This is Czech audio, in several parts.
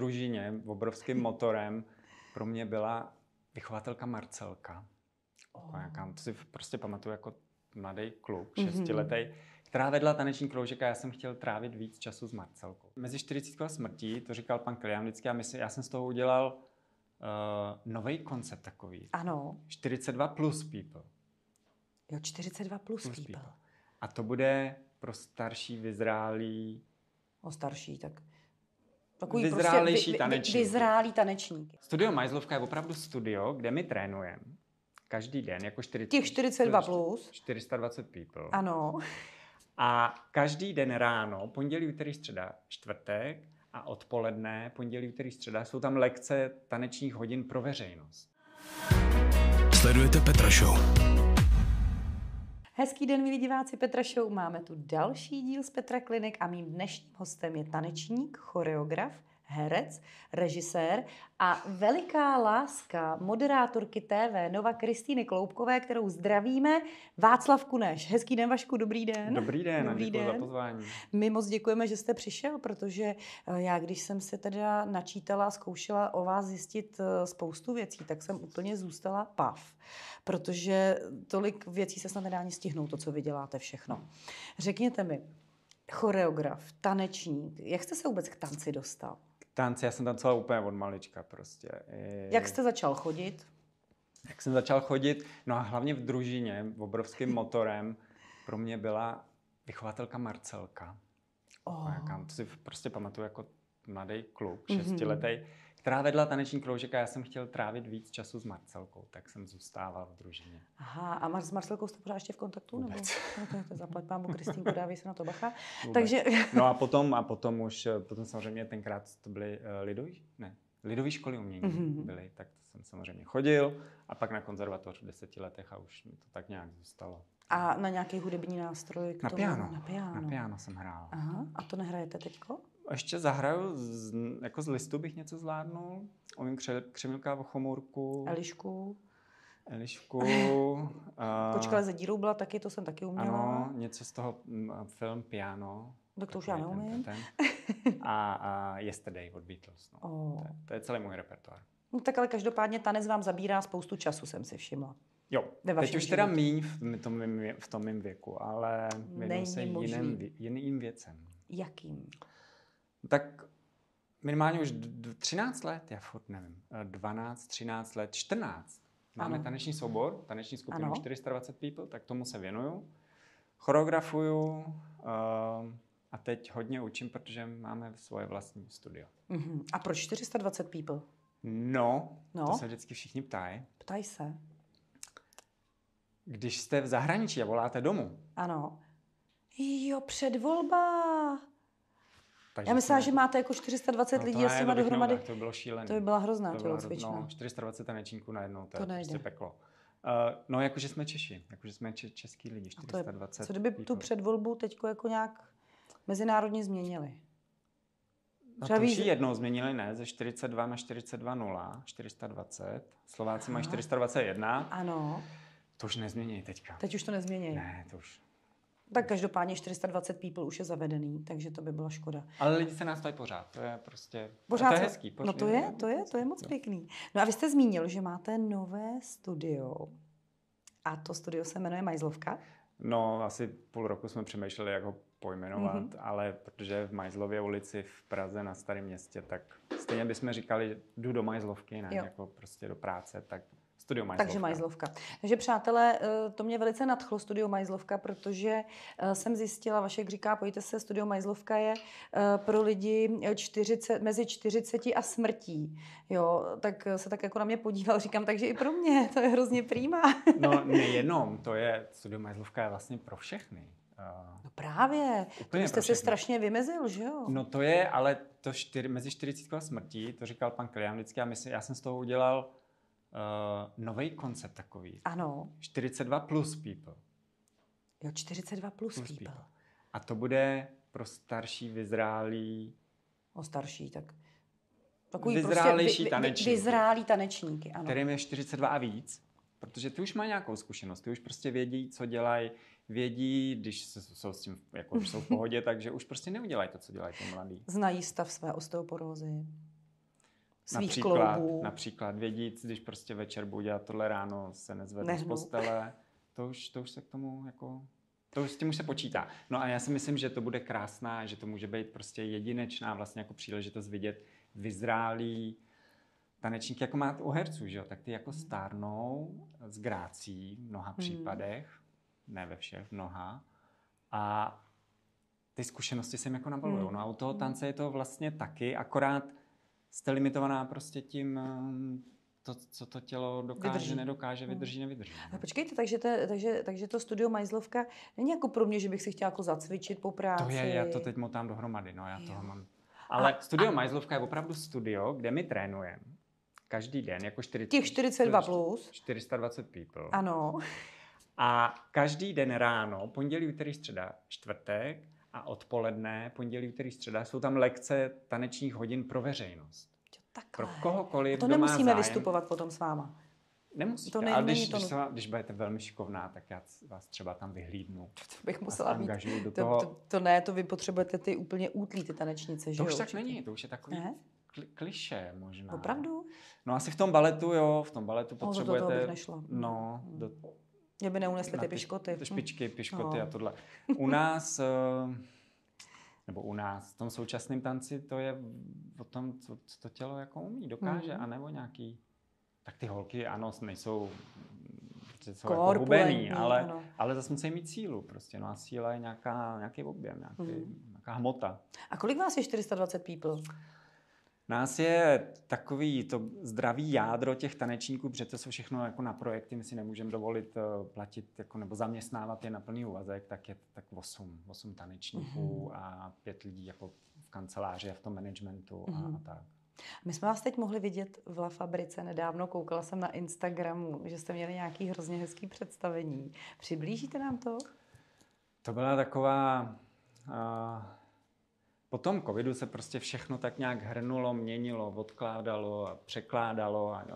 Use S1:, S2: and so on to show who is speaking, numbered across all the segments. S1: družině obrovským motorem pro mě byla vychovatelka Marcelka. Oh. Nějaká, to si prostě pamatuju jako mladý kluk,
S2: Mhm.
S1: šestiletý, mm-hmm. která vedla taneční kroužek a já jsem chtěl trávit víc času s Marcelkou. Mezi 40 a smrtí, to říkal pan Klian vždycky, a myslím, já jsem z toho udělal uh, nový koncept takový.
S2: Ano.
S1: 42 plus people.
S2: Jo, 42 plus, plus people. people.
S1: A to bude pro starší, vyzrálý...
S2: O starší, tak...
S1: Takový vyzrálejší prostě vy,
S2: tanečníky. Vyzrálí tanečníky.
S1: Studio Majzlovka je opravdu studio, kde my trénujeme každý den, jako 40,
S2: Těch 42 plus.
S1: 420 people.
S2: Ano.
S1: A každý den ráno, pondělí, úterý, středa, čtvrtek a odpoledne, pondělí, úterý, středa, jsou tam lekce tanečních hodin pro veřejnost.
S3: Sledujete Petra Show.
S2: Hezký den, milí diváci Petra Show. Máme tu další díl z Petra Klinik a mým dnešním hostem je tanečník, choreograf, herec, režisér a veliká láska moderátorky TV Nova Kristýny Kloubkové, kterou zdravíme, Václav Kuneš. Hezký den, Vašku, dobrý den.
S1: Dobrý den, dobrý den. za pozvání.
S2: My moc děkujeme, že jste přišel, protože eh, já, když jsem se teda načítala, zkoušela o vás zjistit eh, spoustu věcí, tak jsem úplně zůstala pav, protože tolik věcí se snad nedá ani stihnout, to, co vy děláte všechno. Řekněte mi, choreograf, tanečník, jak jste se vůbec k tanci dostal?
S1: tanci, já jsem tancoval úplně od malička prostě.
S2: Jak jste začal chodit?
S1: Jak jsem začal chodit, no a hlavně v družině, obrovským motorem, pro mě byla vychovatelka Marcelka.
S2: Oh. Mhm.
S1: Nějaká, to si prostě pamatuju jako mladý kluk, šestiletý, mm-hmm. která vedla taneční kroužek a já jsem chtěl trávit víc času s Marcelkou, tak jsem zůstával v družině.
S2: Aha, a Mar- s Marcelkou jste pořád ještě v kontaktu? Vůbec. Nebo? No, to, je to zaplať pámu Kristýnku, dávej se na to bacha. Vůbec. Takže...
S1: no a potom, a potom už, eh, potom samozřejmě tenkrát to byly uh, lidový, ne, lidové školy umění
S2: Mhm.
S1: mm-hmm. byly, tak to jsem samozřejmě chodil a pak na konzervatoř v deseti letech a už mi to tak nějak zůstalo.
S2: A na nějaký hudební nástroj?
S1: K na, tomu, piano. na piano. Na piano jsem hrál.
S2: Aha. A to nehrajete teďko?
S1: ještě zahraju, z, jako z listu bych něco zvládnul. Umím kře, křemilka o chomůrku.
S2: Elišku.
S1: Elišku.
S2: a... Kočka ze díru byla taky, to jsem taky uměla.
S1: Ano, něco z toho m, film Piano.
S2: Tak to už já neumím. Ten,
S1: ten. A, a Yesterday od Beatles. No.
S2: Oh.
S1: To, je, to je celý můj repertoár.
S2: No, tak ale každopádně tanec vám zabírá spoustu času, jsem si všimla.
S1: Jo, Ve teď už teda míň v tom, mým, v tom mým věku, ale věnuju se jiným, jiným věcem.
S2: Jakým?
S1: tak minimálně už 13 let, já furt nevím, 12, 13 let, 14. Máme ano. taneční soubor, taneční skupinu ano. 420 people, tak tomu se věnuju. Choreografuju uh, a teď hodně učím, protože máme svoje vlastní studio.
S2: Uh-huh. A proč 420 people?
S1: No, no, to se vždycky všichni ptají.
S2: Ptaj se.
S1: Když jste v zahraničí a voláte domů.
S2: Ano. Jo, předvolba. Takže Já myslela, že máte jako 420 no, lidí a s dohromady.
S1: to bylo šílené.
S2: To by byla hrozná to
S1: bylo,
S2: cvičná.
S1: No, 420 tanečníků najednou, to, to je prostě peklo. Uh, no, jakože jsme Češi, jakože jsme če- český lidi, 420.
S2: Je, co kdyby tu předvolbu teď jako nějak mezinárodně změnili?
S1: No Třeba to už jednou změnili, ne, ze 42 na 42 0, 420. Slováci mají 421.
S2: Ano.
S1: To už nezmění teďka.
S2: Teď už to nezmění.
S1: Ne, to už.
S2: Tak každopádně 420 people už je zavedený, takže to by byla škoda. No,
S1: Ale lidi se nás tady pořád, to je prostě,
S2: pořád to
S1: je hezký.
S2: Pořád, no to je, to je, to je moc pěkný. No a vy jste zmínil, že máte nové studio a to studio se jmenuje Majzlovka.
S1: No asi půl roku jsme přemýšleli, jak ho pojmenovat,
S2: Mhm.
S1: mm-hmm. ale protože v Majzlově ulici v Praze na Starém městě, tak stejně bychom říkali, jdu do Majzlovky, ne, jo. jako prostě do práce, tak Studio Majzlovka.
S2: Takže Majzlovka. Takže přátelé, eh, to mě velice nadchlo Studio Majzlovka, protože eh, jsem zjistila, Vašek říká, pojďte se, Studio Majzlovka je eh, pro lidi 40, mezi 40 a smrtí. Jo, tak se tak jako na mě podíval, říkám, takže i pro mě, to je hrozně prýma.
S1: No nejenom, to je, Studio Majzlovka je vlastně pro všechny. Eh,
S2: No právě, Úplně to jste se strašně vymezil, že jo?
S1: No to je, ale to čtyři, mezi 40 a smrtí, to říkal pan Klian vždycky, a myslím, já jsem z toho udělal uh, nový koncept takový.
S2: Ano.
S1: 42 plus people.
S2: Jo, 42 plus, plus people. people.
S1: A to bude pro starší, vyzrálý...
S2: O starší, tak...
S1: Takový vyzrálejší prostě vy, vy,
S2: tanečníky. Vyzrálí tanečníky, ano.
S1: Kterým je 42 a víc, protože ty už mají nějakou zkušenost, ty už prostě vědí, co dělají, vědí, když jsou s tím, jako jsou v pohodě, takže už prostě neudělají to, co dělají ty mladí.
S2: Znají stav své osteoporózy. svých
S1: například,
S2: kloubů.
S1: Například vědíc, když prostě večer budu dělat tohle ráno, se nezvednu z
S2: Nehnu.
S1: postele, to už, to už se k tomu jako... To už s tím už se počítá. No a já si myslím, že to bude krásná, že to může být prostě jedinečná vlastně jako příležitost vidět vyzrálý tanečník, jako má u herců, že jo? Tak ty
S2: Mhm.
S1: jako stárnou s grácí v mnoha případech, ne ve všech, v mnoha. A ty zkušenosti se jim jako nabalují.
S2: Hmm.
S1: No a u toho tance je to vlastně taky, akorát jste limitovaná prostě tím, ehm, to, co to tělo dokáže,
S2: Vydrží.
S1: vydrží. nedokáže,
S2: Hmm.
S1: vydrží, nevydrží. no.
S2: A počkejte, takže to, je- takže, takže to studio Majzlovka není jako pro mě, že bych si chtěla jako zacvičit po práci.
S1: To je, já to teď motám dohromady, no já
S2: Jo.
S1: toho mám. Ale
S2: A-
S1: studio Majzlovka je opravdu studio, kde my trénujeme. Každý den, jako 40,
S2: Těch 42
S1: prostě-
S2: plus.
S1: 420 people.
S2: Ano.
S1: A každý den ráno, pondělí, úterý, středa, čtvrtek a odpoledne, pondělí, úterý, středa, jsou tam lekce tanečních hodin pro veřejnost.
S2: Jo, Takhle.
S1: Pro kohokoliv,
S2: A to
S1: kdo má
S2: nemusíme
S1: zájem,
S2: vystupovat potom s váma.
S1: Nemusíte,
S2: To
S1: to
S2: ne-
S1: ale
S2: není
S1: když,
S2: to
S1: když,
S2: nut-
S1: se vám, když budete velmi šikovná, tak já c- vás třeba tam vyhlídnu.
S2: To bych
S1: Musela
S2: musela
S1: a
S2: mít.
S1: angažuji do
S2: To,
S1: toho. To,
S2: to, to, ne, to vy potřebujete ty úplně útlý ty tanečnice, že
S1: to
S2: jo?
S1: už tak
S2: určitě.
S1: není, to už je takový
S2: Ne?
S1: kli- kliše možná.
S2: Opravdu?
S1: No asi v tom baletu, jo, v tom baletu
S2: No, do toho bych
S1: potřebujete...
S2: nešla.
S1: No,
S2: Hmm.
S1: do,
S2: Mě by neunesly
S1: na
S2: ty
S1: ty
S2: piškoty.
S1: Ty špičky, piškoty
S2: No.
S1: a tohle. U nás, eh, nebo u nás, v tom současném tanci to je o tom, co, co to tělo jako umí, dokáže,
S2: Mhm.
S1: a anebo nějaký... Tak ty holky, ano, nejsou že jsou jako
S2: Hmm. Korpulentní,
S1: hubený, ale,
S2: ano.
S1: ale zase musí mít sílu prostě. No a síla je nějaká, nějaký objem, nějaký,
S2: Mhm.
S1: nějaká hmota.
S2: A kolik vás je 420 people?
S1: Nás je takový to zdravý jádro těch tanečníků, protože to jsou všechno jako na projekty, my si nemůžeme dovolit eh, platit jako, nebo zaměstnávat je na plný úvazek, tak je to tak 8, 8 tanečníků
S2: Mhm.
S1: a pět lidí jako v kanceláři a v tom managementu a,
S2: Mhm.
S1: a tak.
S2: My jsme vás teď mohli vidět v La Fabrice nedávno, koukala jsem na Instagramu, že jste měli nějaký hrozně hezký představení. Přiblížíte nám to?
S1: To byla taková... Uh, po tom covidu se prostě všechno tak nějak hrnulo, měnilo, odkládalo a překládalo a eh,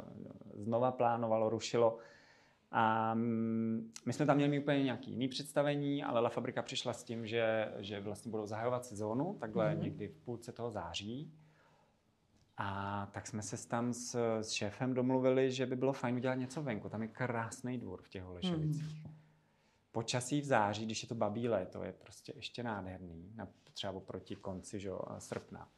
S1: znova plánovalo, rušilo. A mm, my jsme tam měli mít úplně nějaký jiný představení, ale La Fabrika přišla s tím, že, že vlastně budou zahajovat sezónu, takhle
S2: Mhm.
S1: mm-hmm. někdy v půlce toho září. A tak jsme se s- tam s, s šéfem domluvili, že by bylo fajn udělat něco venku. Tam je krásný dvůr v těch Holešovicích. Počasí v září, když je to babí léto, je prostě ještě nádherný, na, třeba oproti konci že, jo, srpna.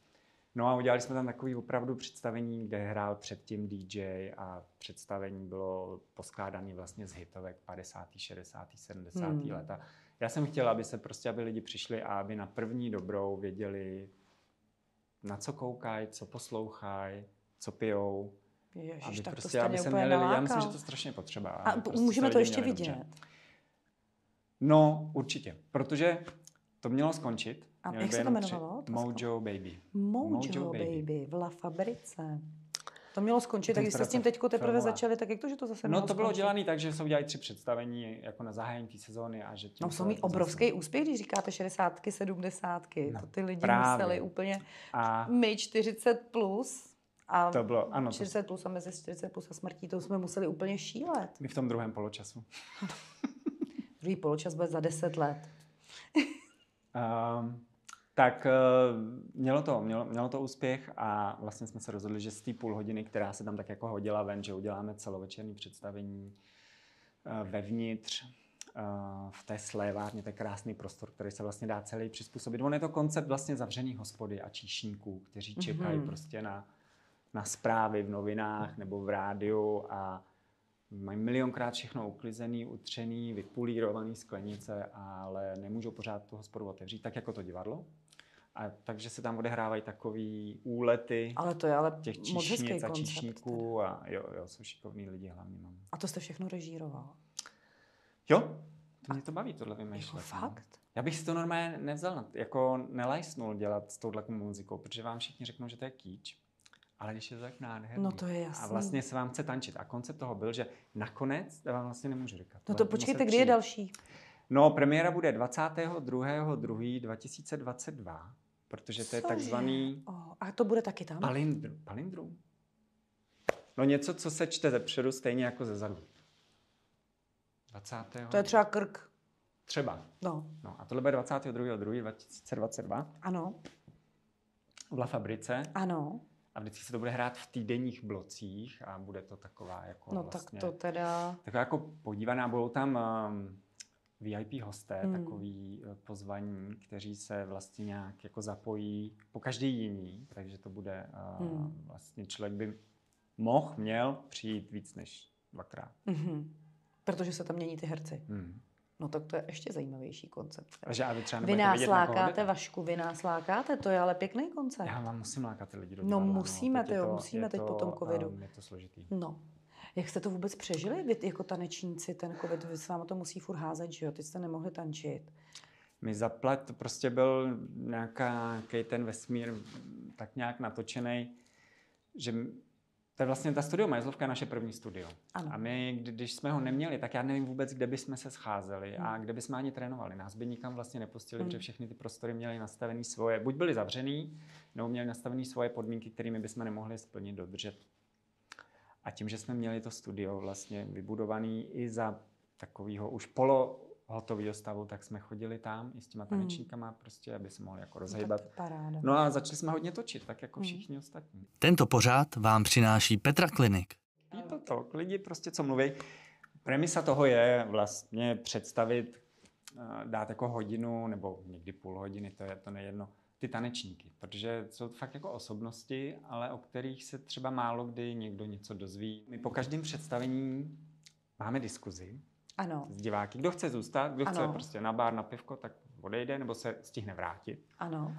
S1: No a udělali jsme tam takový opravdu představení, kde hrál předtím DJ a představení bylo poskládané vlastně z hitovek 50., 60., 70.
S2: Hmm.
S1: Hmm. leta. Já jsem chtěl, aby se prostě, aby lidi přišli a aby na první dobrou věděli, na co koukají, co poslouchají, co pijou.
S2: Ježiš,
S1: Aby
S2: tak
S1: prostě,
S2: to jste
S1: aby
S2: mě
S1: se
S2: úplně
S1: měli, já myslím, že
S2: nalákal.
S1: to strašně potřeba.
S2: A
S1: aby prostě
S2: můžeme
S1: se
S2: to
S1: lidi
S2: ještě
S1: měli
S2: vidět.
S1: dobře. No, určitě, protože to mělo skončit.
S2: A
S1: Měli
S2: jak
S1: by
S2: se to
S1: jenom tři-
S2: jmenovalo, ta
S1: Mojo Baby.
S2: Mojo,
S1: Mojo
S2: baby.
S1: Baby.
S2: v La Fabrice. To mělo skončit, tak když jste s tím
S1: Inspirace
S2: teď teprve
S1: filmová.
S2: začali, tak jak to, že to zase
S1: No
S2: mělo
S1: to bylo
S2: skončit?
S1: dělané tak, že se udělají tři představení jako na zahájení té sezóny a že tím
S2: No
S1: to
S2: jsou mít
S1: zase-
S2: obrovský úspěch, když říkáte 60, 70.
S1: No,
S2: to ty lidi
S1: právě.
S2: museli úplně.
S1: A
S2: My 40 plus a
S1: to bylo, ano, to,
S2: 40 plus a mezi 40 plus a smrtí, to jsme museli úplně šílet.
S1: my v tom druhém poločasu.
S2: Druhý poločas bude za 10 let.
S1: Um, tak eh, mělo to, mělo, mělo to úspěch a vlastně jsme se rozhodli, že z té půl hodiny, která se tam tak jako hodila ven, že uděláme celovečerní představení eh, vevnitř eh, v té slévárně, to je krásný prostor, který se vlastně dá celý přizpůsobit. On je to koncept vlastně zavřený hospody a číšníků, kteří čekají
S2: Mhm.
S1: mm-hmm. prostě na, na zprávy v novinách nebo v rádiu a mají milionkrát všechno uklizený, utřený, vypulírovaný sklenice, ale nemůžou pořád tu hospodu otevřít, tak jako to divadlo. A takže se tam odehrávají takový úlety
S2: Ale to je ale
S1: těch
S2: moc hezký
S1: číšnic a
S2: koncept. teda.
S1: číšníků a jo, jo, jsou šikovní lidi hlavně mám.
S2: A to jste všechno režíroval.
S1: Jo, to mě to baví, tohle vymýšlet.
S2: Jako
S1: no.
S2: fakt?
S1: Já bych si to normálně nevzal, na- jako nelajsnul dělat s touhle muzikou, protože vám všichni řeknou, že to je kýč. Ale když je to tak nádherný.
S2: No to je jasný.
S1: A vlastně se vám chce tančit. A koncept toho byl, že nakonec, já vám vlastně nemůžu říkat.
S2: No
S1: ale
S2: to
S1: musel
S2: počkejte, kdy je
S1: přijít.
S2: další?
S1: No, premiéra bude 22.2.2022, protože to je
S2: Cože?
S1: takzvaný
S2: Oh, a to bude taky tam?
S1: palindrum. palindrum. No něco, co se čte ze předu stejně jako ze zadu. 20.
S2: To je třeba krk.
S1: Třeba.
S2: No,
S1: No a tohle bude 22.2.2022
S2: ano,
S1: v La Fabrice
S2: ano.
S1: A vždycky se to bude hrát v týdenních blocích a bude to taková jako
S2: No
S1: vlastně,
S2: tak to teda...
S1: taková jako podívaná. Budou tam um, VIP hosté,
S2: Hmm.
S1: hmm. takový eh, pozvaní, kteří se vlastně nějak jako zapojí po každý jiný, takže to bude uh,
S2: Hmm.
S1: vlastně člověk by mohl, měl přijít víc než dvakrát.
S2: Mhm. Protože se tam mění ty herci.
S1: Hmm.
S2: No tak to je ještě zajímavější koncept.
S1: Takže a vy třeba
S2: Vy
S1: nebudete
S2: nás
S1: vědět, na koho
S2: lákáte,
S1: jdete.
S2: Vašku, vy nás lákáte, to je ale pěkný koncept.
S1: Já vám musím lákat ty lidi do
S2: No,
S1: divadla,
S2: musíme,
S1: teď je
S2: tyjo, musíme
S1: je
S2: teď po tom covidu.
S1: ehm, je to složitý.
S2: No. Jak jste to vůbec přežili, vy jako tanečníci, ten covid, vy s váma to musí furt házet, že jo, teď jste nemohli tančit.
S1: Mi zaplat prostě byl nějaká, nějaký ten vesmír tak nějak natočený, že m- to je vlastně ta studio Majzlovka je naše první studio.
S2: Ano.
S1: A my, kdy- když jsme ho neměli, tak já nevím vůbec, kde bychom se scházeli a kde bychom ani trénovali. Nás by nikam vlastně nepustili,
S2: Hmm.
S1: protože všechny ty prostory měly nastavený svoje, buď byly zavřený, nebo měli nastavený svoje podmínky, kterými bychom nemohli splnit, dodržet. A tím, že jsme měli to studio vlastně vybudovaný i za takového už polo hotového stavu, tak jsme chodili tam i s těma tanečníkama prostě, aby se mohli jako rozhýbat.
S2: Hmm. No, Tak to je paráda.
S1: No a začali jsme hodně točit, tak jako
S2: Hmm.
S1: všichni ostatní.
S3: Tento pořád vám přináší Petra Klinik.
S1: Ví to to, lidi prostě co mluví. Premisa toho je vlastně představit, eh, dát jako hodinu nebo někdy půl hodiny, to je to nejedno, ty tanečníky, protože jsou fakt jako osobnosti, ale o kterých se třeba málo kdy někdo něco dozví. My po každém představení máme diskuzi
S2: Ano,
S1: s diváky. Kdo chce zůstat, kdo chce
S2: Ano.
S1: prostě na bar, na pivko, tak odejde nebo se stihne vrátit.
S2: ano.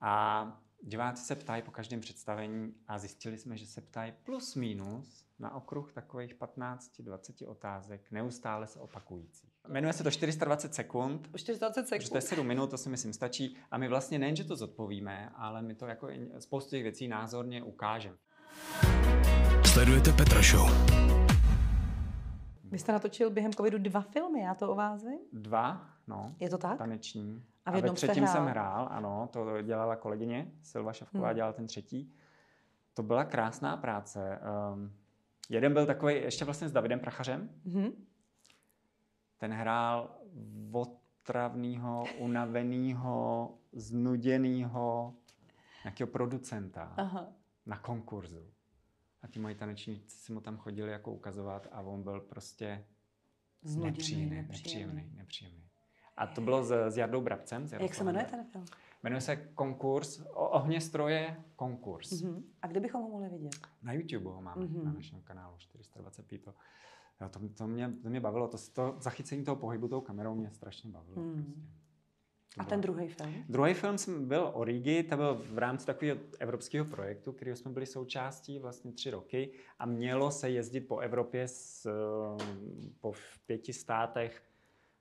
S1: A diváci se ptají po každém představení a zjistili jsme, že se ptají plus minus na okruh takových 15-20 otázek, neustále se opakujících. Jmenuje se to 420 sekund,
S2: 420
S1: takže to je
S2: sekund.
S1: 7 minut, to si myslím stačí. A my vlastně nejen, že to zodpovíme, ale my to jako i spoustu těch věcí názorně ukážeme.
S3: Sledujete Petra Show.
S2: Vy jste natočil během covidu dva filmy, já to o vás vím.
S1: Dva, no,
S2: Je to tak?
S1: taneční.
S2: A v
S1: ve
S2: jednom jste
S1: třetím
S2: hrál.
S1: jsem hrál, ano, to dělala kolegyně, Silva Šavková
S2: Hmm.
S1: hmm. dělala ten třetí. To byla krásná práce. Um, jeden byl takový ještě vlastně s Davidem Prachařem,
S2: Mhm.
S1: ten hrál otravnýho, unavenýho, znuděnýho nějakého producenta
S2: Aha.
S1: na konkurzu. A ti moji tanečníci si mu tam chodili jako ukazovat a on byl prostě
S2: Znuděný,
S1: nepříjemný, nepříjemný, nepříjemný. A to bylo s, s Jardou Brabcem. S Jardou
S2: Jak se jmenuje ten film?
S1: Jmenuje se Konkurs, o, ohněstroje Konkurs.
S2: Mhm. A kde bychom ho mohli vidět?
S1: Na YouTube ho máme,
S2: Mhm.
S1: mm-hmm. na našem kanálu 420 People. Jo, to, to, mě, to mě bavilo, to, to zachycení toho pohybu tou kamerou mě strašně bavilo.
S2: Mm.
S1: Mm. Prostě. To
S2: A
S1: bylo-
S2: ten druhý film?
S1: Druhý film jsem byl Origi, to byl v rámci takového evropského projektu, kterého jsme byli součástí vlastně tři roky a mělo se jezdit po Evropě s, eh, po v pěti státech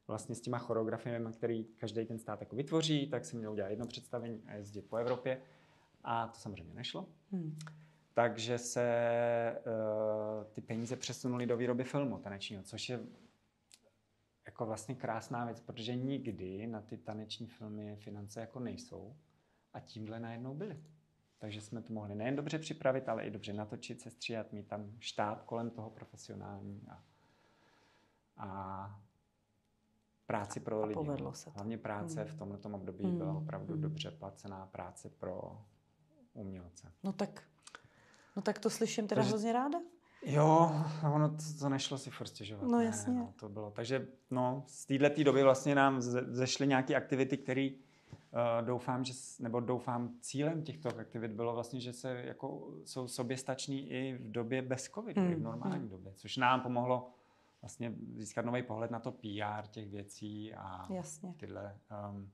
S1: vlastně s těma choreografiemi, který každý ten stát jako vytvoří, tak se mělo udělat jedno představení a jezdit po Evropě a to samozřejmě nešlo.
S2: Hmm.
S1: Takže se uh, ty peníze přesunuly do výroby filmu tanečního, což je jako vlastně krásná věc, protože nikdy na ty taneční filmy finance jako nejsou a tímhle najednou byly. Takže jsme to mohli nejen dobře připravit, ale i dobře natočit, sestříhat, mít tam štáb kolem toho profesionální a, a práci pro
S2: A
S1: lidi.
S2: povedlo se to.
S1: Hlavně práce
S2: Mm.
S1: v tomto období
S2: Mm,
S1: byla opravdu
S2: mm.
S1: dobře placená práce pro umělce.
S2: No tak, no tak to slyším teda
S1: Takže-
S2: hrozně ráda.
S1: Jo, ono to, to nešlo si furt stěžovat.
S2: No
S1: ne,
S2: jasně.
S1: No, to bylo. Takže no, z této doby vlastně nám ze- zešly nějaké aktivity, které uh, doufám, že, s- nebo doufám, cílem těchto aktivit bylo vlastně, že se jako jsou soběstační i v době bez covidu,
S2: Mm,
S1: i v normální době, což nám pomohlo vlastně získat nový pohled na to PR těch věcí a
S2: Jasně.
S1: tyhle um,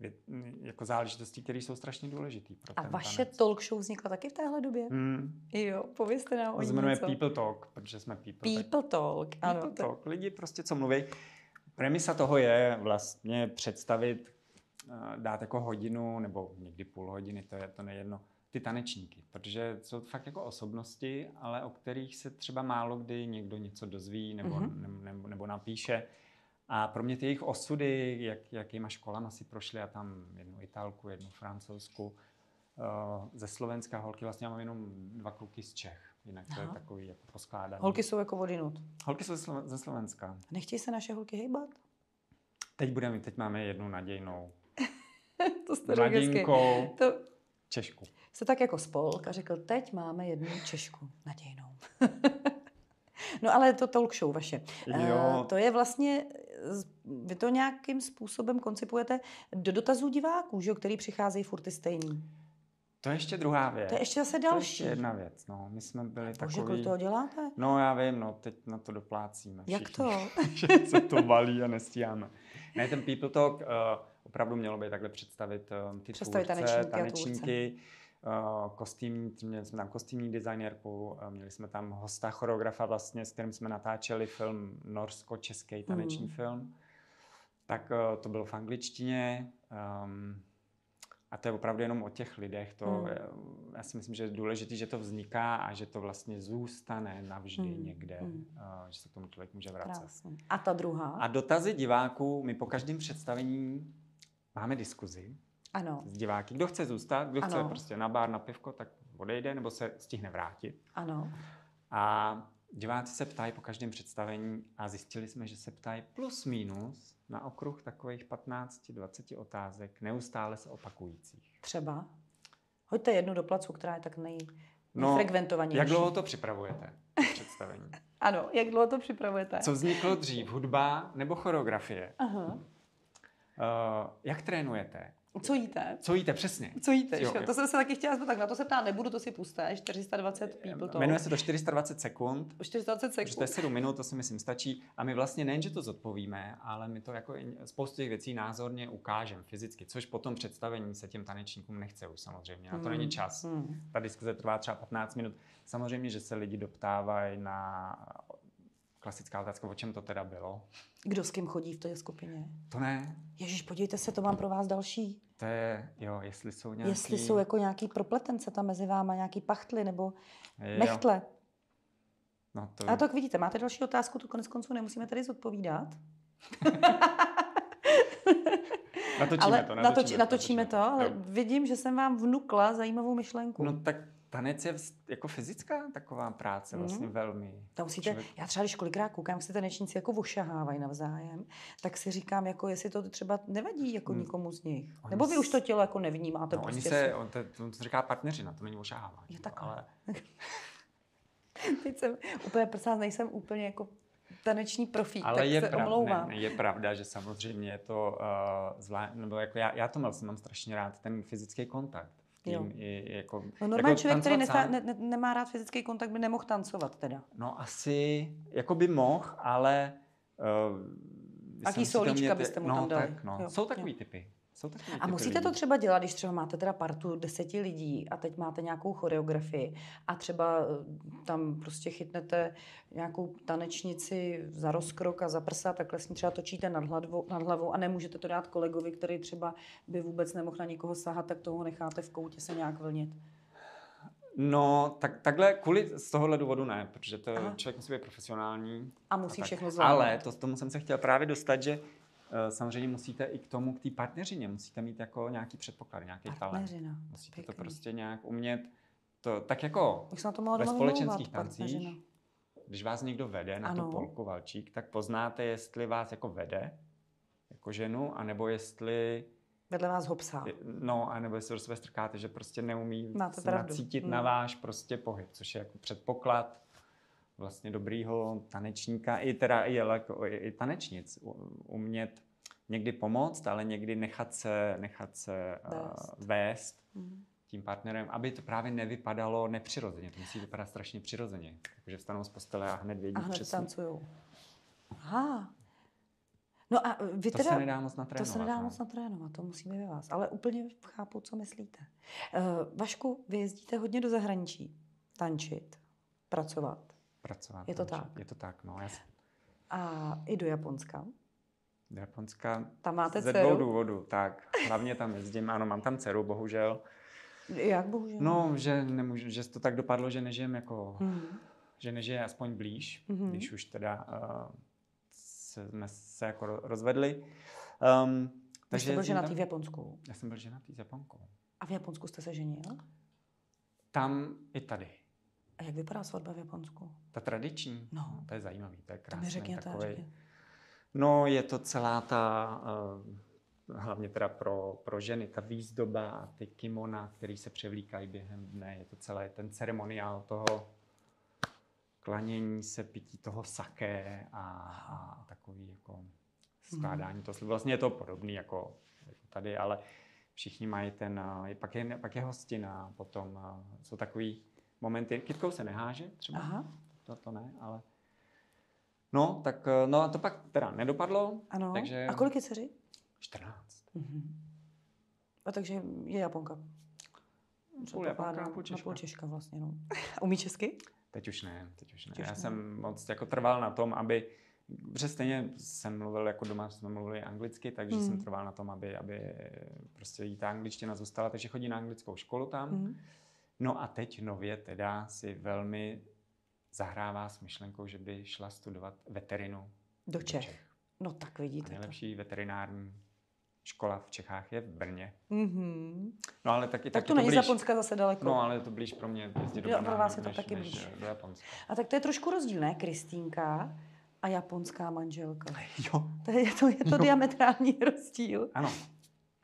S1: vě, m, jako záležitosti, které jsou strašně důležité pro
S2: A
S1: ten
S2: vaše
S1: tanec.
S2: talk show vznikla taky v téhle době?
S1: Hmm,
S2: Jo, povězte nám o
S1: to
S2: ní
S1: se jmenuje
S2: něco.
S1: People Talk, protože jsme People, tak
S2: People Talk, ano.
S1: Ano,
S2: to-
S1: to, lidi prostě co mluví. Premisa toho je vlastně představit, eh, dát jako hodinu nebo někdy půl hodiny, to je to nejedno, ty tanečníky, protože jsou fakt jako osobnosti, ale o kterých se třeba málo kdy někdo něco dozví nebo,
S2: Mhm.
S1: mm-hmm. nebo, nebo napíše. A pro mě ty jejich osudy, jak, jakýma školama si prošli, já tam jednu Italku, jednu Francouzsku, eh, ze Slovenska holky, vlastně já mám jenom dva kluky z Čech, jinak to je
S2: Aha.
S1: takový jako poskládaný.
S2: Holky jsou jako vodinut.
S1: Holky jsou ze Slo- ze Slovenska.
S2: Nechtějí se naše holky hejbat?
S1: Teď budeme, teď máme jednu nadějnou
S2: to jste logicky.
S1: mladinkou
S2: To
S1: Češku.
S2: se tak jako spolk a řekl, teď máme jednu Češku nadějnou. no ale to talk show vaše. Eh,
S1: Jo.
S2: To je vlastně, z- vy to nějakým způsobem koncipujete do dotazů diváků, že jo, který přicházejí furt ty stejný.
S1: To je ještě druhá věc.
S2: To je ještě zase
S1: To je
S2: další.
S1: ještě jedna věc. No, my jsme byli
S2: Bože,
S1: takový...
S2: kolik toho děláte?
S1: No já vím, no, teď na to doplácíme.
S2: Jak
S1: všichni.
S2: to?
S1: že se to valí a nestíháme. Ne, ten People Talk uh, opravdu mělo být takhle představit uh, ty
S2: Představit
S1: tvůrce,
S2: tanečníky a
S1: tanečníky uh, kostým, měli jsme tam kostýmní designérku, uh, měli jsme tam hosta, choreografa vlastně, s kterým jsme natáčeli film norsko-český taneční
S2: Hmm.
S1: film. Tak uh, to bylo v angličtině. Um, a to je opravdu jenom o těch lidech. To,
S2: Hmm.
S1: eh, Já si myslím, že je důležité, že to vzniká a že to vlastně zůstane navždy
S2: Hmm.
S1: někde,
S2: Hmm.
S1: eh, že se k tomu člověk může vracet.
S2: Krásný. A ta druhá?
S1: A dotazy diváků, my po každém představení máme diskuzi
S2: Ano,
S1: s diváky. Kdo chce zůstat, kdo
S2: Ano.
S1: chce prostě na bar, na pivko, tak odejde nebo se stihne vrátit.
S2: ano.
S1: A diváci se ptají po každém představení a zjistili jsme, že se ptají plus minus na okruh takových 15-20 otázek, neustále se opakujících.
S2: Třeba. Hoďte jednu do placu, která je tak nej,
S1: No,
S2: nejfrekventovanější.
S1: jak dlouho to připravujete? Představení.
S2: Ano, jak dlouho to připravujete?
S1: Co vzniklo dřív, hudba nebo choreografie?
S2: Aha.
S1: Uh, jak trénujete?
S2: Co jíte?
S1: Co jíte přesně?
S2: Co jíte?
S1: Jo,
S2: Jo, jo.
S1: jo.
S2: To jsem se taky chtěla zeptat, tak na to se ptá, nebudu, to si pusté, 420 people to.
S1: no, Jmenuje se to 420 sekund,
S2: 420
S1: takže to je
S2: sekund.
S1: 7 minut, to si myslím stačí. A my vlastně nejen, že to zodpovíme, ale my to jako i spoustu těch věcí názorně ukážeme fyzicky, což potom představení se těm tanečníkům nechce už samozřejmě, na to není čas.
S2: Hmm.
S1: Ta diskuze trvá třeba 15 minut. Samozřejmě, že se lidi doptávají na klasická otázka, o čem to teda bylo.
S2: Kdo s kým chodí v té skupině?
S1: To ne,
S2: Ježíš, podívejte se, to mám pro vás další.
S1: to je, jo, jestli jsou nějaký...
S2: Nějaký... Jestli jsou jako nějaký propletence tam mezi váma, nějaký pachtly nebo
S1: Jo,
S2: mechtle.
S1: No to,
S2: A tak vidíte, máte další otázku, tu konec konců nemusíme tady zodpovídat.
S1: natočíme
S2: ale
S1: to,
S2: natočíme, natočíme, natočíme to, ale
S1: Jo.
S2: vidím, že jsem vám vnukla zajímavou myšlenku.
S1: No tak tanec je vz- jako fyzická taková práce vlastně
S2: Mhm.
S1: velmi.
S2: To musíte,
S1: člověk-
S2: já třeba když kolikrát koukám, jak se tanečníci jako ošahávají navzájem, tak si říkám, jako jestli to třeba nevadí jako
S1: Hmm.
S2: nikomu z nich.
S1: Oni
S2: Nebo vy už
S1: s-
S2: to tělo jako nevnímáte.
S1: No,
S2: prostě
S1: oni se, on to, to se říká partneřina, to není ošahávání.
S2: Je
S1: no,
S2: takhle.
S1: Ale
S2: Teď jsem úplně prsá, nejsem úplně jako taneční profík,
S1: ale
S2: tak
S1: je,
S2: se
S1: pravda,
S2: omlouvám.
S1: ne, ne, je pravda, že samozřejmě je to uh, zvlášť, nebo jako já, já to mám, mám strašně rád, ten fyzický kontakt.
S2: Jo.
S1: Tím i, jako,
S2: No, normální
S1: jako
S2: člověk, který
S1: tancovat
S2: nesa,
S1: sám-
S2: ne, ne, nemá rád fyzický kontakt, by nemohl tancovat teda.
S1: No asi, jako by mohl, ale... Uh,
S2: Jaký solíčka byste mu
S1: no,
S2: tam dali?
S1: Tak, no.
S2: Jo,
S1: Jsou
S2: jo.
S1: takový typy. Jsou takový
S2: A
S1: typy
S2: musíte
S1: lidí.
S2: to třeba dělat, když třeba máte teda partu deseti lidí a teď máte nějakou choreografii a třeba eh, tam prostě chytnete nějakou tanečnici za rozkrok a za prsa, takhle s ní třeba točíte nad hlavou, nad hlavou a nemůžete to dát kolegovi, který třeba by vůbec nemohl na nikoho sahat, tak toho necháte v koutě se nějak vlnit.
S1: No, tak, takhle kvůli z tohohle důvodu ne, protože to
S2: Aha.
S1: člověk musí být profesionální.
S2: A
S1: a
S2: musí
S1: tak.
S2: všechno zvládnout.
S1: Ale to, tomu jsem se chtěl právě dostat, že eh, samozřejmě musíte i k tomu, k té partneřině, musíte mít jako nějaký předpoklad, nějaký talent.
S2: Partneřina.
S1: Musíte to
S2: Pěkný.
S1: prostě nějak umět. To, tak jako,
S2: Bych se na to mohla
S1: ve
S2: doma
S1: společenských
S2: vymlouvat, partneřina.
S1: tancích, když vás někdo vede na tu
S2: Ano.
S1: polku valčík, tak poznáte, jestli vás jako vede, jako ženu, anebo jestli,
S2: Vedle vás hopsá.
S1: no, anebo jestli do sebe strkáte, že prostě neumí
S2: Máte
S1: se
S2: pravdu.
S1: nacítit
S2: Hmm.
S1: na váš prostě pohyb, což je jako předpoklad vlastně dobrýho tanečníka, i teda i, jako- i, i tanečnic, u- umět někdy pomoct, ale někdy nechat se, nechat se vést.
S2: Vést.
S1: Uh, vést
S2: Mhm.
S1: tím partnerem, aby to právě nevypadalo nepřirozeně. To musí vypadat strašně přirozeně. Takže vstanou z postele a hned vědí
S2: A hned
S1: přesně.
S2: tancujou. Aha. No a vy
S1: To
S2: teda...
S1: se nedá moc
S2: To
S1: natrénovat.
S2: se nedá
S1: no.
S2: moc natrénovat, to musí být ve vás. Ale úplně chápu, co myslíte. Uh, Vašku, vy jezdíte hodně do zahraničí tančit, pracovat
S1: Pracovat.
S2: Je to
S1: takže-
S2: tak.
S1: Je to tak, no. Já jsem
S2: a i do Japonska.
S1: do Japonska
S2: Tam máte
S1: ze
S2: dceru.
S1: dvou důvodů, tak. Hlavně tam jezdím, ano, mám tam dceru, bohužel.
S2: Jak bohužel.
S1: No, že, nemůžu, že to tak dopadlo, že nežijem jako,
S2: Hmm.
S1: že nežije aspoň blíž,
S2: Mhm.
S1: když už teda uh, jsme se jako ro- rozvedli. Um,
S2: Takže jste byl
S1: jezdím
S2: ženatý
S1: tam-
S2: v Japonsku.
S1: Já jsem byl ženatý s Japonkou.
S2: A v Japonsku jste se ženil?
S1: Tam i tady.
S2: A jak vypadá svatba v Japonsku?
S1: Ta tradiční,
S2: No.
S1: to je zajímavý, to je
S2: To
S1: krásný.
S2: mi řekněte.
S1: takovej-
S2: řekněte.
S1: No, je to celá ta uh, hlavně teda pro, pro ženy, ta výzdoba a ty kimona, který se převlíkají během dne, je to celé ten ceremoniál toho klanění se, pití toho saké a, a takový jako skládání to slibu. Vlastně je to podobný jako, jako tady, ale všichni mají ten, a, je- pak je, pak je hostina, potom a, jsou takový momenty, kytkou se neháže třeba,
S2: Aha,
S1: to, to ne, ale no, tak eh, no a to pak teda nedopadlo,
S2: ano.
S1: Takže-
S2: A kolik je dceři? Mhm.
S1: 14.
S2: A takže je Japonka.
S1: Půl Japonka,
S2: Předpokládám,
S1: půl
S2: na Půl
S1: Češka.
S2: Češka vlastně, no. A umí česky?
S1: Teď už ne, teď už ne.
S2: Teď už
S1: Já
S2: ne.
S1: jsem moc jako trval na tom, aby, protože stejně jsem mluvil, jako doma jsme mluvili anglicky, takže
S2: Mm.
S1: jsem trval na tom, aby, aby prostě jí ta angličtina zůstala, takže chodí na anglickou školu tam.
S2: Mhm.
S1: No a teď nově teda si velmi zahrává s myšlenkou, že by šla studovat veterinu
S2: Do Čech. No tak
S1: A
S2: vidíte to.
S1: nejlepší veterinární škola v Čechách je v Brně.
S2: Mhm.
S1: No ale taky,
S2: Tak
S1: taky
S2: to není
S1: blíž.
S2: z Japonska zase daleko.
S1: No ale je to blíž pro mě jezdit do
S2: Jo,
S1: Brna,
S2: pro vás je to
S1: než,
S2: taky
S1: než
S2: blíž.
S1: eh, do Japonska.
S2: A tak to je trošku rozdíl, ne? Kristýnka a japonská manželka.
S1: Jo,
S2: To je to, je to
S1: No.
S2: diametrální rozdíl.
S1: ano.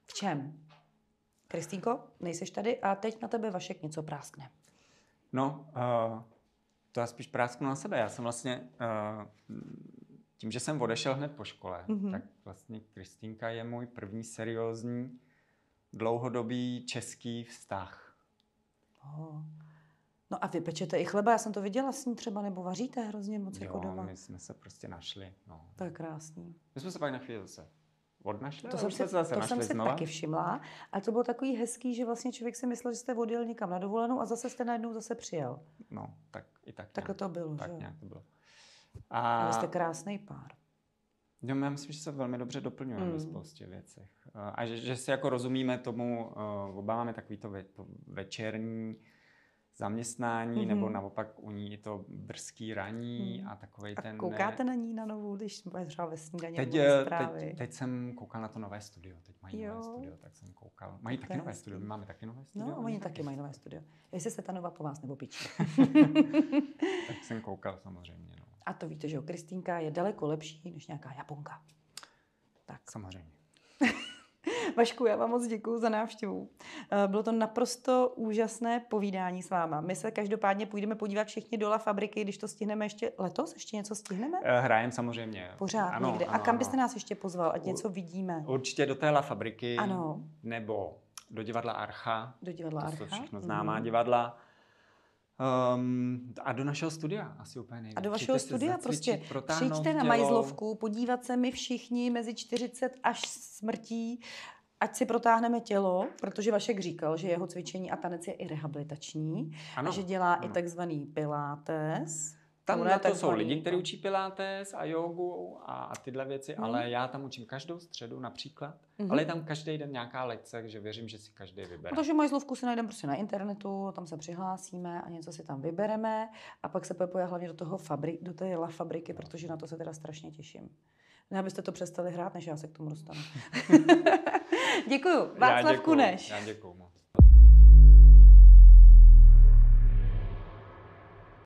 S2: V čem? Kristýnko, nejseš tady a teď na tebe Vašek něco práskne.
S1: No, uh, to já spíš prásknu na sebe. Já jsem vlastně, uh, tím, že jsem odešel hned po škole,
S2: Mhm.
S1: mm-hmm. tak vlastně Kristýnka je můj první seriózní dlouhodobý český vztah.
S2: Oh. No a vy pečete i chleba, já jsem to viděla s ní třeba, nebo vaříte hrozně moc jako
S1: jo,
S2: doma.
S1: my jsme se prostě našli. No.
S2: To je krásný.
S1: My jsme se pak na chvíli zase odnašli,
S2: To
S1: ale
S2: jsem
S1: už
S2: si,
S1: No, jsme se zase
S2: to
S1: našli
S2: jsem si
S1: znova.
S2: taky všimla. A to bylo takový hezký, že vlastně člověk si myslel, že jste odjel někam na dovolenou a zase jste najednou zase přijel.
S1: No, tak i tak
S2: Takhle
S1: nějak,
S2: to bylo,
S1: tak
S2: že? jo?
S1: nějak to bylo. A...
S2: Ale jste krásný pár.
S1: Jo, No, já myslím, že se velmi dobře doplňujeme
S2: Mm.
S1: ve spoustě věcech. Eh, A že, že si jako rozumíme tomu, eh, oba máme takový to, ve, to večerní zaměstnání, mm-hmm. nebo
S2: Mhm.
S1: naopak u ní to brzký raní
S2: Mm.
S1: a takový
S2: A
S1: ten... eh,
S2: koukáte na ní na novou, když bude třeba ve snídaně
S1: teď,
S2: nebo
S1: eh,
S2: ve zprávy?
S1: teď, teď jsem koukal na to nové studio, teď mají
S2: Jo.
S1: nové studio, tak jsem koukal. Mají
S2: Tak
S1: taky
S2: to je
S1: nové
S2: hezký.
S1: studio, my máme taky nové studio.
S2: No, oni taky mají nové studio. Jestli se ta nová po vás nebo pičí.
S1: Tak jsem koukal samozřejmě, no.
S2: A to víte, že jo, Kristýnka je daleko lepší než nějaká Japonka. Tak.
S1: Samozřejmě.
S2: Vašku, já vám moc děkuji za návštěvu. Eh, Bylo to naprosto úžasné povídání s váma. My se každopádně půjdeme podívat všichni do La Fabriky, když to stihneme ještě letos, ještě něco stihneme?
S1: Eh, Hrajem samozřejmě.
S2: Pořád ano, někde. A kam byste nás ještě pozval, ať
S1: U-
S2: něco vidíme?
S1: Určitě do té La Fabriky.
S2: Ano,
S1: nebo do divadla Archa.
S2: do divadla
S1: to
S2: Archa.
S1: jsou všechno známá
S2: Mhm.
S1: divadla. Um, a do našeho studia asi úplně nejvíc.
S2: A do vašeho studia prostě přijďte na Majzlovku, podívat se my všichni mezi 40 až smrtí, ať si protáhneme tělo, protože Vašek říkal, že jeho cvičení a tanec je i rehabilitační, ano,
S1: Ano,
S2: že dělá ano. i
S1: ano.
S2: takzvaný pilates.
S1: tam
S2: Ono
S1: na
S2: je
S1: to jsou
S2: takzvaný,
S1: lidi, kteří
S2: no.
S1: učí pilates a jogu a, a tyhle věci,
S2: Mhm.
S1: ale já tam učím každou středu například,
S2: Mhm.
S1: ale je tam každý den nějaká lekce, takže věřím, že si každý vybere.
S2: Protože majzlovku si najdeme prostě na internetu, tam se přihlásíme a něco si tam vybereme a pak se pojede hlavně do toho fabri, do té la fabriky, protože na to se teda strašně těším. Ne, abyste to přestali hrát, než já se k tomu dostanu. děkuju.
S1: Já
S2: Václav
S1: děkuju,
S2: Kuneš.
S1: Já děkuju moc.